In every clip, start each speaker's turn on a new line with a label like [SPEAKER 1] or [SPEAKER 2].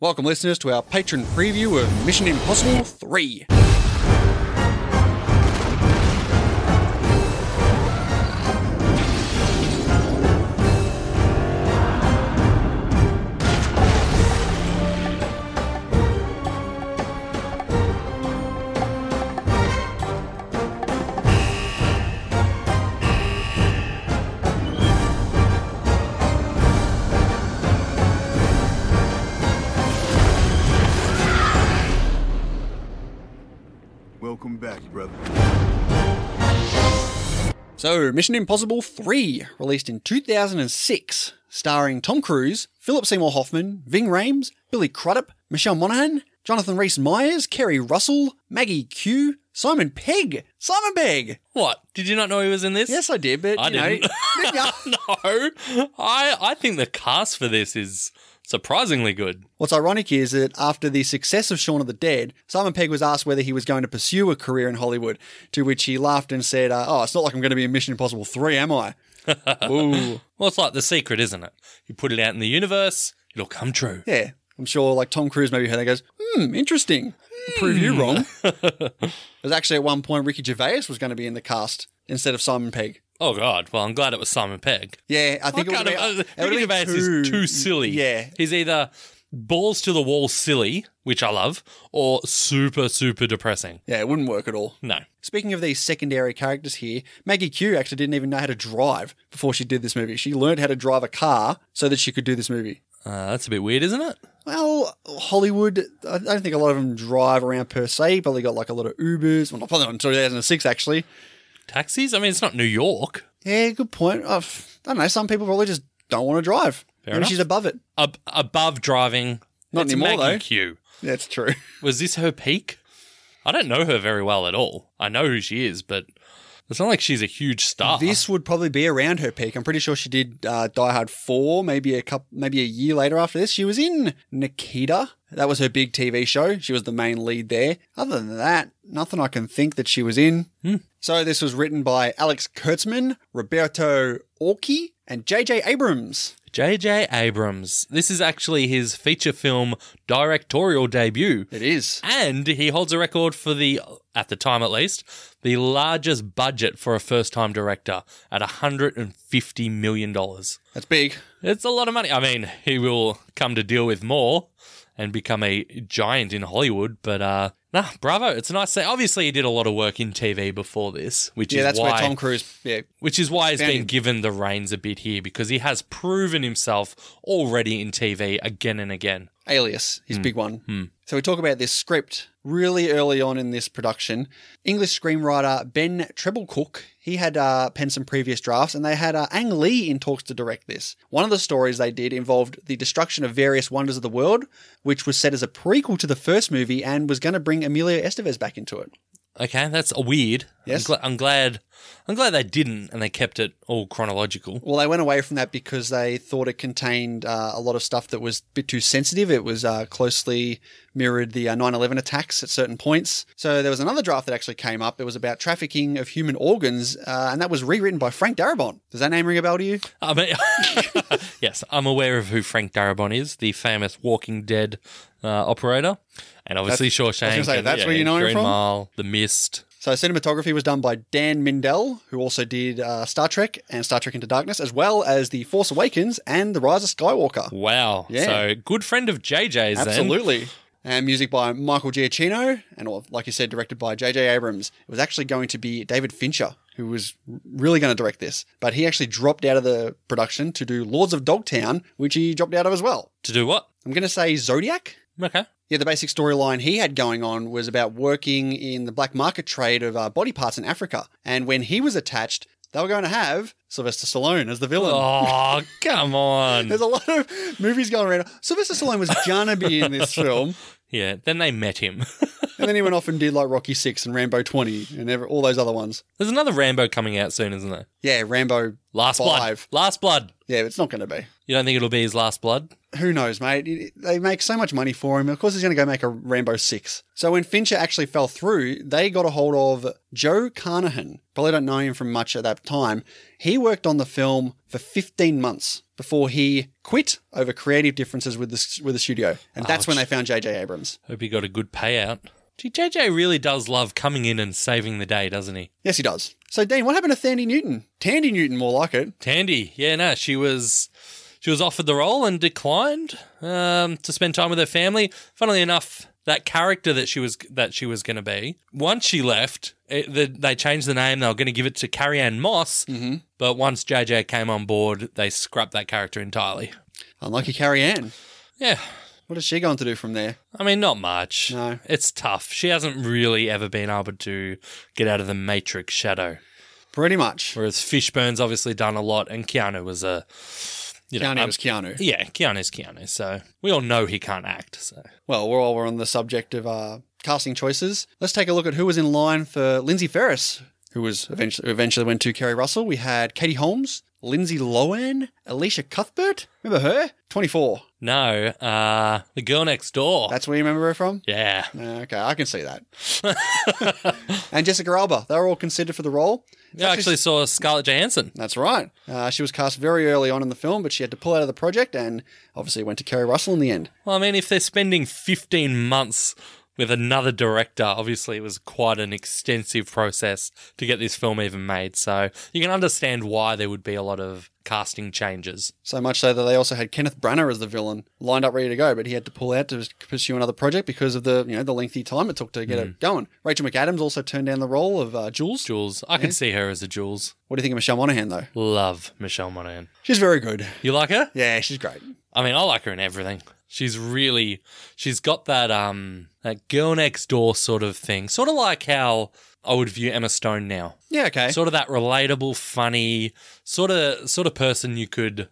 [SPEAKER 1] Welcome, listeners, to our patron preview of Mission Impossible 3.
[SPEAKER 2] Welcome back, brother.
[SPEAKER 1] So, Mission Impossible 3, released in 2006, starring Tom Cruise, Philip Seymour Hoffman, Ving Rhames, Billy Crudup, Michelle Monaghan, Jonathan Rhys Myers, Kerry Russell, Maggie Q, Simon Pegg. Simon Pegg!
[SPEAKER 3] What? Did you not know he was in this?
[SPEAKER 1] Yes, I did, but
[SPEAKER 3] I
[SPEAKER 1] you know,
[SPEAKER 3] didn't.
[SPEAKER 1] yeah.
[SPEAKER 3] no. I I think the cast for this is surprisingly good.
[SPEAKER 1] What's ironic is that after the success of Shaun of the Dead, Simon Pegg was asked whether he was going to pursue a career in Hollywood, to which he laughed and said, uh, Oh, it's not like I'm going to be in Mission Impossible 3, am I? Ooh.
[SPEAKER 3] Well, it's like the secret, isn't it? You put it out in the universe, it'll come true.
[SPEAKER 1] Yeah. I'm sure like Tom Cruise maybe heard that and goes, hmm, interesting. Hmm." Prove you wrong. it was actually at one point Ricky Gervais was going to be in the cast instead of Simon Pegg.
[SPEAKER 3] Oh God! Well, I'm glad it was Simon Pegg.
[SPEAKER 1] Yeah, I think
[SPEAKER 3] I
[SPEAKER 1] it would
[SPEAKER 3] can't-
[SPEAKER 1] have
[SPEAKER 3] uh, Ricky Gervais is too silly.
[SPEAKER 1] Yeah.
[SPEAKER 3] he's either balls to the wall silly, which I love, or super super depressing.
[SPEAKER 1] Yeah, it wouldn't work at all.
[SPEAKER 3] No,
[SPEAKER 1] Speaking of these secondary characters here, Maggie Q actually didn't even know how to drive before she did this movie. She learned how to drive a car so that she could do this movie.
[SPEAKER 3] uh, that's a bit weird, isn't it?
[SPEAKER 1] Well, Hollywood, I don't think a lot of them drive around per se. Probably got like a lot of Ubers. Well, not probably not in 2006, actually.
[SPEAKER 3] Taxis. I mean, it's not New York.
[SPEAKER 1] Yeah, good point. Oh, i I don't know. Some people probably just don't want to drive.
[SPEAKER 3] Fair
[SPEAKER 1] Maybe
[SPEAKER 3] enough.
[SPEAKER 1] she's above it.
[SPEAKER 3] Ab- above driving.
[SPEAKER 1] Not
[SPEAKER 3] It's
[SPEAKER 1] anymore,
[SPEAKER 3] Maggie
[SPEAKER 1] though.
[SPEAKER 3] Q.
[SPEAKER 1] That's true.
[SPEAKER 3] Was this her peak? I don't know her very well at all. I know who she is, but it's not like she's a huge star.
[SPEAKER 1] This would probably be around her peak. I'm pretty sure she did uh, Die Hard four, maybe a couple, maybe a year later after this. She was in Nikita. That was her big TV show. She was the main lead there. Other than that, nothing I can think that she was in. So this was written by Alex Kurtzman, Roberto Orci, and J.J. Abrams.
[SPEAKER 3] J.J. Abrams. This is actually his feature film directorial debut.
[SPEAKER 1] It is.
[SPEAKER 3] And he holds a record for the, at the time at least, the largest budget for a first time director at $150 million.
[SPEAKER 1] That's big.
[SPEAKER 3] It's a lot of money. I mean, he will come to deal with more and become a giant in Hollywood, but uh nah, bravo. It's a nice say. Obviously he did a lot of work in TV before this, which
[SPEAKER 1] Yeah,
[SPEAKER 3] is
[SPEAKER 1] that's
[SPEAKER 3] why
[SPEAKER 1] where Tom Cruise. Yeah,
[SPEAKER 3] which is why he's
[SPEAKER 1] Found
[SPEAKER 3] been
[SPEAKER 1] him.
[SPEAKER 3] given the reins a bit here because he has proven himself already in TV again and again.
[SPEAKER 1] Alias, his big one. So we talk about this script really early on in this production. English screenwriter Ben Treblecook, he had uh, penned some previous drafts, and they had uh, Ang Lee in talks to direct this. One of the stories they did involved the destruction of various wonders of the world, which was set as a prequel to the first movie and was going to bring Emilio Estevez back into it.
[SPEAKER 3] Okay, that's weird.
[SPEAKER 1] Yes.
[SPEAKER 3] I'm, gla- I'm glad. I'm glad they didn't, and they kept it all chronological.
[SPEAKER 1] Well, they went away from that because they thought it contained uh, a lot of stuff that was a bit too sensitive. It was uh, closely mirrored the uh, 9/11 attacks at certain points. So there was another draft that actually came up. It was about trafficking of human organs, uh, and that was rewritten by Frank Darabont. Does that name ring a bell to you?
[SPEAKER 3] I mean, Uh, yes, I'm aware of who Frank Darabont is, the famous Walking Dead uh, operator, and obviously Shawshank.
[SPEAKER 1] gonna say,
[SPEAKER 3] and,
[SPEAKER 1] that's where you know him
[SPEAKER 3] Green
[SPEAKER 1] from?
[SPEAKER 3] Mile, The Mist.
[SPEAKER 1] So cinematography was done by Dan Mindell, who also did uh, Star Trek and Star Trek Into Darkness, as well as The Force Awakens and The Rise of Skywalker.
[SPEAKER 3] Wow.
[SPEAKER 1] Yeah.
[SPEAKER 3] So good friend of JJ's. then.
[SPEAKER 1] Absolutely. And music by Michael Giacchino, and or, like you said, directed by J.J. Abrams. It was actually going to be David Fincher who was really going to direct this, but he actually dropped out of the production to do Lords of Dogtown, which he dropped out of as well.
[SPEAKER 3] To do what?
[SPEAKER 1] I'm going to say Zodiac.
[SPEAKER 3] Okay.
[SPEAKER 1] Yeah, the basic storyline he had going on was about working in the black market trade of uh, body parts in Africa. And when he was attached, they were going to have Sylvester Stallone as the villain.
[SPEAKER 3] Oh, come on.
[SPEAKER 1] There's a lot of movies going around. Sylvester Stallone was going to be in this film.
[SPEAKER 3] Yeah. Then they met him.
[SPEAKER 1] And then he went off and did like Rocky Six and Rambo Twenty and ever, all those other ones.
[SPEAKER 3] There's another Rambo coming out soon, isn't there?
[SPEAKER 1] Yeah, Rambo.
[SPEAKER 3] Last
[SPEAKER 1] Five.
[SPEAKER 3] blood. Last blood.
[SPEAKER 1] Yeah, it's not going to be.
[SPEAKER 3] You don't think it'll be his last blood?
[SPEAKER 1] Who knows, mate? It- They make so much money for him. Of course, he's going to go make a Rambo Six. So when Fincher actually fell through, they got a hold of Joe Carnahan. Probably don't know him from much at that time. He worked on the film for 15 months. before he quit over creative differences with the with the studio, and that's when they found J.J. Abrams.
[SPEAKER 3] Hope he got a good payout. Gee, JJ really does love coming in and saving the day, doesn't he?
[SPEAKER 1] Yes, he does. So, Dean, what happened to Thandie Newton? Tandy Newton, more like it.
[SPEAKER 3] Tandy, yeah, no, she was she was offered the role and declined um, to spend time with her family. Funnily enough, that character that she was that she was going to be once she left, it, the, they changed the name. They were going to give it to Carrie Ann Moss,
[SPEAKER 1] Mm-hmm.
[SPEAKER 3] but once JJ came on board, they scrapped that character entirely.
[SPEAKER 1] Unlucky Carrie Ann.
[SPEAKER 3] Yeah,
[SPEAKER 1] What is she going to do from there?
[SPEAKER 3] I mean, not much.
[SPEAKER 1] No.
[SPEAKER 3] it's tough. She hasn't really ever been able to get out of the Matrix shadow.
[SPEAKER 1] Pretty much.
[SPEAKER 3] Whereas Fishburne's obviously done a lot, and Keanu was a you know,
[SPEAKER 1] Keanu
[SPEAKER 3] um,
[SPEAKER 1] was Keanu.
[SPEAKER 3] Yeah, Keanu's Keanu. So we all know he can't act. So
[SPEAKER 1] Well, while we're on the subject of uh, casting choices, let's take a look at who was in line for Lindsay Ferris, who was eventually who eventually went to Kerry Russell. We had Katie Holmes, Lindsay Lohan, Alicia Cuthbert. Remember her? Twenty four.
[SPEAKER 3] no, uh, the girl next door.
[SPEAKER 1] That's where you remember her from.
[SPEAKER 3] yeah,
[SPEAKER 1] Uh, Okay, I can see that. and Jessica Alba, they were all considered for the role.
[SPEAKER 3] I actually saw Scarlett Johansson.
[SPEAKER 1] That's right. Uh, she was cast very early on in the film, but she had to pull out of the project and obviously went to Kerry Russell in the end.
[SPEAKER 3] Well, I mean, if they're spending 15 months with another director, obviously it was quite an extensive process to get this film even made. So you can understand why there would be a lot of casting changes.
[SPEAKER 1] So much so that they also had Kenneth Branagh as the villain, lined up ready to go, but he had to pull out to pursue another project because of the you know the lengthy time it took to get
[SPEAKER 3] Mm.
[SPEAKER 1] it going. Rachel McAdams also turned down the role of uh, Jules.
[SPEAKER 3] Jules, I can see her as a Jules.
[SPEAKER 1] What do you think of Michelle Monaghan though?
[SPEAKER 3] Love Michelle Monaghan.
[SPEAKER 1] She's very good.
[SPEAKER 3] You like her?
[SPEAKER 1] Yeah, she's great.
[SPEAKER 3] I mean, I like her in everything. She's really she's got that um that girl next door sort of thing. Sort of like how I would view Emma Stone now.
[SPEAKER 1] Yeah, okay.
[SPEAKER 3] Sort of that relatable, funny, sort of sort of person you could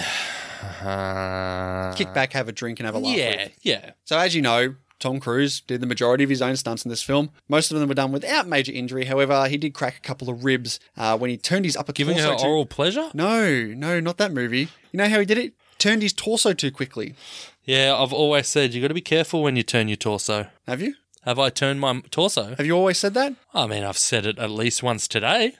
[SPEAKER 3] uh,
[SPEAKER 1] Kick back, have a drink, and have a laugh.
[SPEAKER 3] Yeah,
[SPEAKER 1] with.
[SPEAKER 3] yeah.
[SPEAKER 1] So as you know. Tom Cruise did the majority of his own stunts in this film. Most of them were done without major injury. However, he did crack a couple of ribs uh, when he turned his upper
[SPEAKER 3] Giving
[SPEAKER 1] torso
[SPEAKER 3] her
[SPEAKER 1] to-
[SPEAKER 3] oral pleasure?
[SPEAKER 1] No, no, not that movie. You know how he did it? Turned his torso too quickly.
[SPEAKER 3] Yeah, I've always said you got to be careful when you turn your torso.
[SPEAKER 1] Have you?
[SPEAKER 3] Have I turned my torso?
[SPEAKER 1] Have you always said that?
[SPEAKER 3] I mean, I've said it at least once today.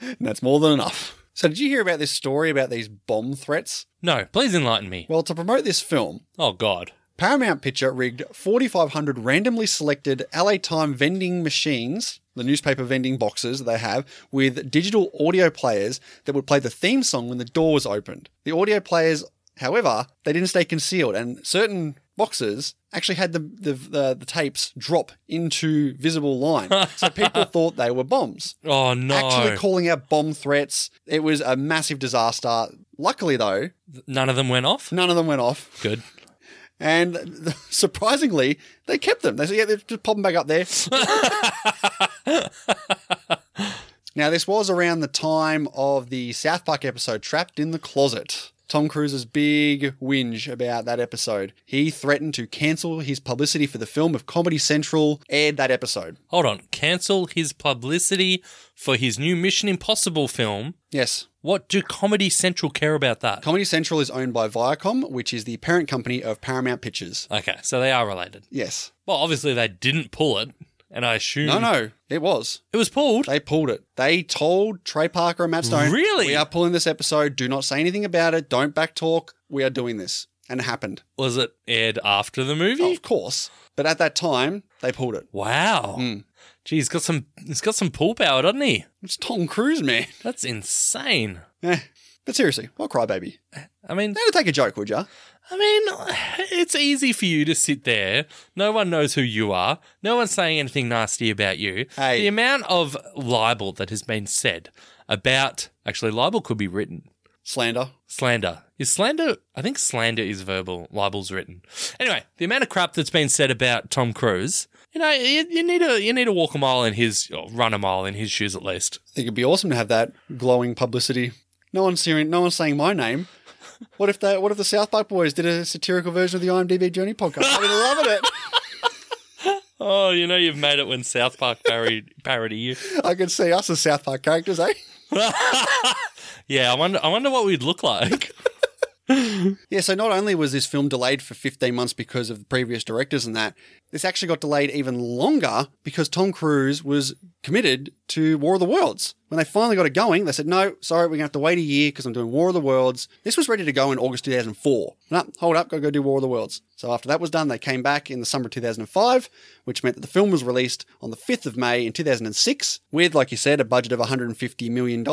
[SPEAKER 1] And that's more than enough. So, did you hear about this story about these bomb threats?
[SPEAKER 3] No, please enlighten me.
[SPEAKER 1] Well, to promote this film,
[SPEAKER 3] Oh God.
[SPEAKER 1] Paramount Picture rigged 4,500 randomly selected LA Time vending machines, the newspaper vending boxes that they have, with digital audio players that would play the theme song when the door was opened. The audio players, however, they didn't stay concealed, and certain boxes actually had the the, the, the tapes drop into visible line. so people thought they were bombs
[SPEAKER 3] Oh no.
[SPEAKER 1] actually calling out bomb threats. It was a massive disaster. Luckily, though,
[SPEAKER 3] None of them went off.
[SPEAKER 1] none of them went off.
[SPEAKER 3] Good.
[SPEAKER 1] And surprisingly, they kept them. They said, yeah, they just pop them back up there. now, this was around the time of the South Park episode Trapped in the Closet. Tom Cruise's big whinge about that episode. He threatened to cancel his publicity for the film if Comedy Central aired that episode.
[SPEAKER 3] Hold on. Cancel his publicity for his new Mission Impossible film.
[SPEAKER 1] Yes.
[SPEAKER 3] What do Comedy Central care about that?
[SPEAKER 1] Comedy Central is owned by Viacom, which is the parent company of Paramount Pictures.
[SPEAKER 3] Okay, so they are related.
[SPEAKER 1] Yes.
[SPEAKER 3] Well, obviously they didn't pull it, and I assume
[SPEAKER 1] No, no, it was.
[SPEAKER 3] it was pulled.
[SPEAKER 1] They pulled it. They told Trey Parker and Matt Stone,
[SPEAKER 3] Really?
[SPEAKER 1] We are pulling this episode. Do not say anything about it. Don't backtalk. We are doing this. And it happened.
[SPEAKER 3] Was it aired after the movie?
[SPEAKER 1] Of course. But at that time, they pulled it.
[SPEAKER 3] Wow.
[SPEAKER 1] Mm.
[SPEAKER 3] Gee, he's got some. He's got some pull power, doesn't he?
[SPEAKER 1] It's Tom Cruise, man.
[SPEAKER 3] That's insane.
[SPEAKER 1] Eh. But seriously, what crybaby?
[SPEAKER 3] I mean,
[SPEAKER 1] Now to take a joke, would ya?
[SPEAKER 3] I mean, it's easy for you to sit there. No one knows who you are. No one's saying anything nasty about you.
[SPEAKER 1] Hey.
[SPEAKER 3] The amount of libel that has been said about actually libel could be written.
[SPEAKER 1] Slander.
[SPEAKER 3] Slander. Is slander I think slander is verbal, libel's written. Anyway, the amount of crap that's been said about Tom Cruise, you know, you, you need to you need to walk a mile in his or run a mile in his shoes at least.
[SPEAKER 1] I think it'd be awesome to have that glowing publicity. No one's hearing, no one's saying my name. What if they, what if the South Park boys did a satirical version of the IMDb Journey podcast? I'd be loving it.
[SPEAKER 3] Oh, you know you've made it when South Park parodied parody you.
[SPEAKER 1] I could see us as South Park characters, eh?
[SPEAKER 3] Yeah, I wonder I wonder what we'd look like.
[SPEAKER 1] Yeah, so not only was this film delayed for 15 months because of the previous directors and that, this actually got delayed even longer because Tom Cruise was committed to War of the Worlds, When they finally got it going, they said, no, sorry, we're going to have to wait a year because I'm doing War of the Worlds. This was ready to go in August 2004. No, hold up, got to go do War of the Worlds. So after that was done, they came back in the summer of 2005, which meant that the film was released on the 5th of May in 2006 with, like you said, a budget of $150 million.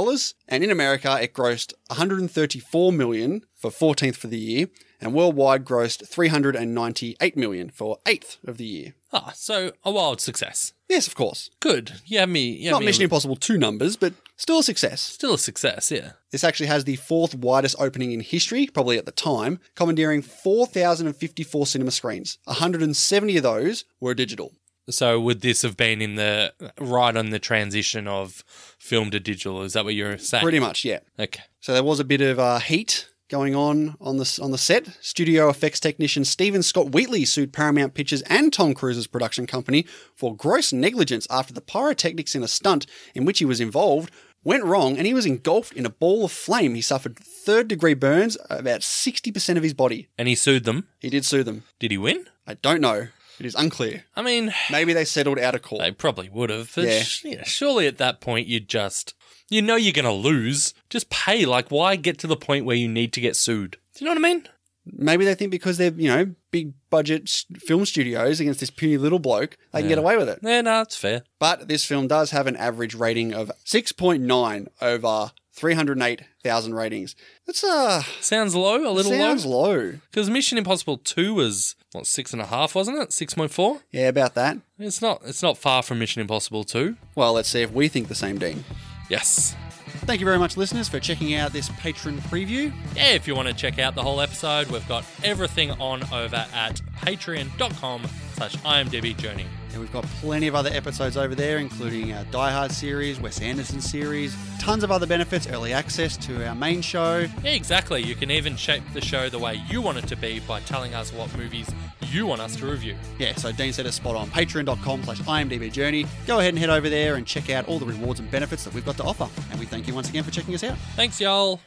[SPEAKER 1] And in America, it grossed $134 million for 14th for the year and worldwide grossed 398 million for 8th of the year.
[SPEAKER 3] Ah, so a wild success.
[SPEAKER 1] Yes, of course.
[SPEAKER 3] Good. Yeah, me. Yeah,
[SPEAKER 1] Not Mission Impossible 2 numbers, but still a success.
[SPEAKER 3] Still a success. Yeah.
[SPEAKER 1] This actually has the fourth widest opening in history, probably at the time, commandeering 4,054 cinema screens. 170 of those were digital.
[SPEAKER 3] So would this have been in the right on the transition of film to digital? Is that what you're saying?
[SPEAKER 1] Pretty much, yeah.
[SPEAKER 3] Okay.
[SPEAKER 1] So there was a bit of uh, heat going on on the on the set. Studio effects technician Stephen Scott Wheatley sued Paramount Pictures and Tom Cruise's production company for gross negligence after the pyrotechnics in a stunt in which he was involved went wrong and he was engulfed in a ball of flame. He suffered third degree burns about 60% of his body.
[SPEAKER 3] And he sued them.
[SPEAKER 1] He did sue them.
[SPEAKER 3] Did he win?
[SPEAKER 1] I don't know. It is unclear.
[SPEAKER 3] I mean,
[SPEAKER 1] Maybe they settled out of court.
[SPEAKER 3] they probably would have. But
[SPEAKER 1] Yeah.
[SPEAKER 3] sh- yeah, surely at that point you just you know you're going to lose. Just pay. Like why get to the point where you need to get sued? Do you know what I mean?
[SPEAKER 1] Maybe they think because they're, you know, big budget s- film studios against this puny little bloke, they can get away with it.
[SPEAKER 3] Yeah, no, it's fair.
[SPEAKER 1] But this film does have an average rating of 6.9 over 308,000 ratings. That's uh
[SPEAKER 3] Sounds low, a little
[SPEAKER 1] sounds
[SPEAKER 3] low.
[SPEAKER 1] low.
[SPEAKER 3] Because Mission Impossible Two was what six and a half, wasn't it? Six point four.
[SPEAKER 1] Yeah, about that.
[SPEAKER 3] It's not. It's not far from Mission Impossible Two.
[SPEAKER 1] Well, let's see if we think the same, Dean.
[SPEAKER 3] Yes.
[SPEAKER 1] Thank you very much, listeners, for checking out this patron preview.
[SPEAKER 3] Yeah, if you want to check out the whole episode, we've got everything on over at patreon.com slash imdb journey.
[SPEAKER 1] And we've got plenty of other episodes over there, including our Die Hard series, Wes Anderson series, tons of other benefits, early access to our main show.
[SPEAKER 3] Yeah, exactly. You can even shape the show the way you want it to be by telling us what movies you want us to review.
[SPEAKER 1] Yeah, so Dean said it's spot on. Patreon.com slash IMDB Journey. Go ahead and head over there and check out all the rewards and benefits that we've got to offer. And we thank you once again for checking us out.
[SPEAKER 3] Thanks, y'all.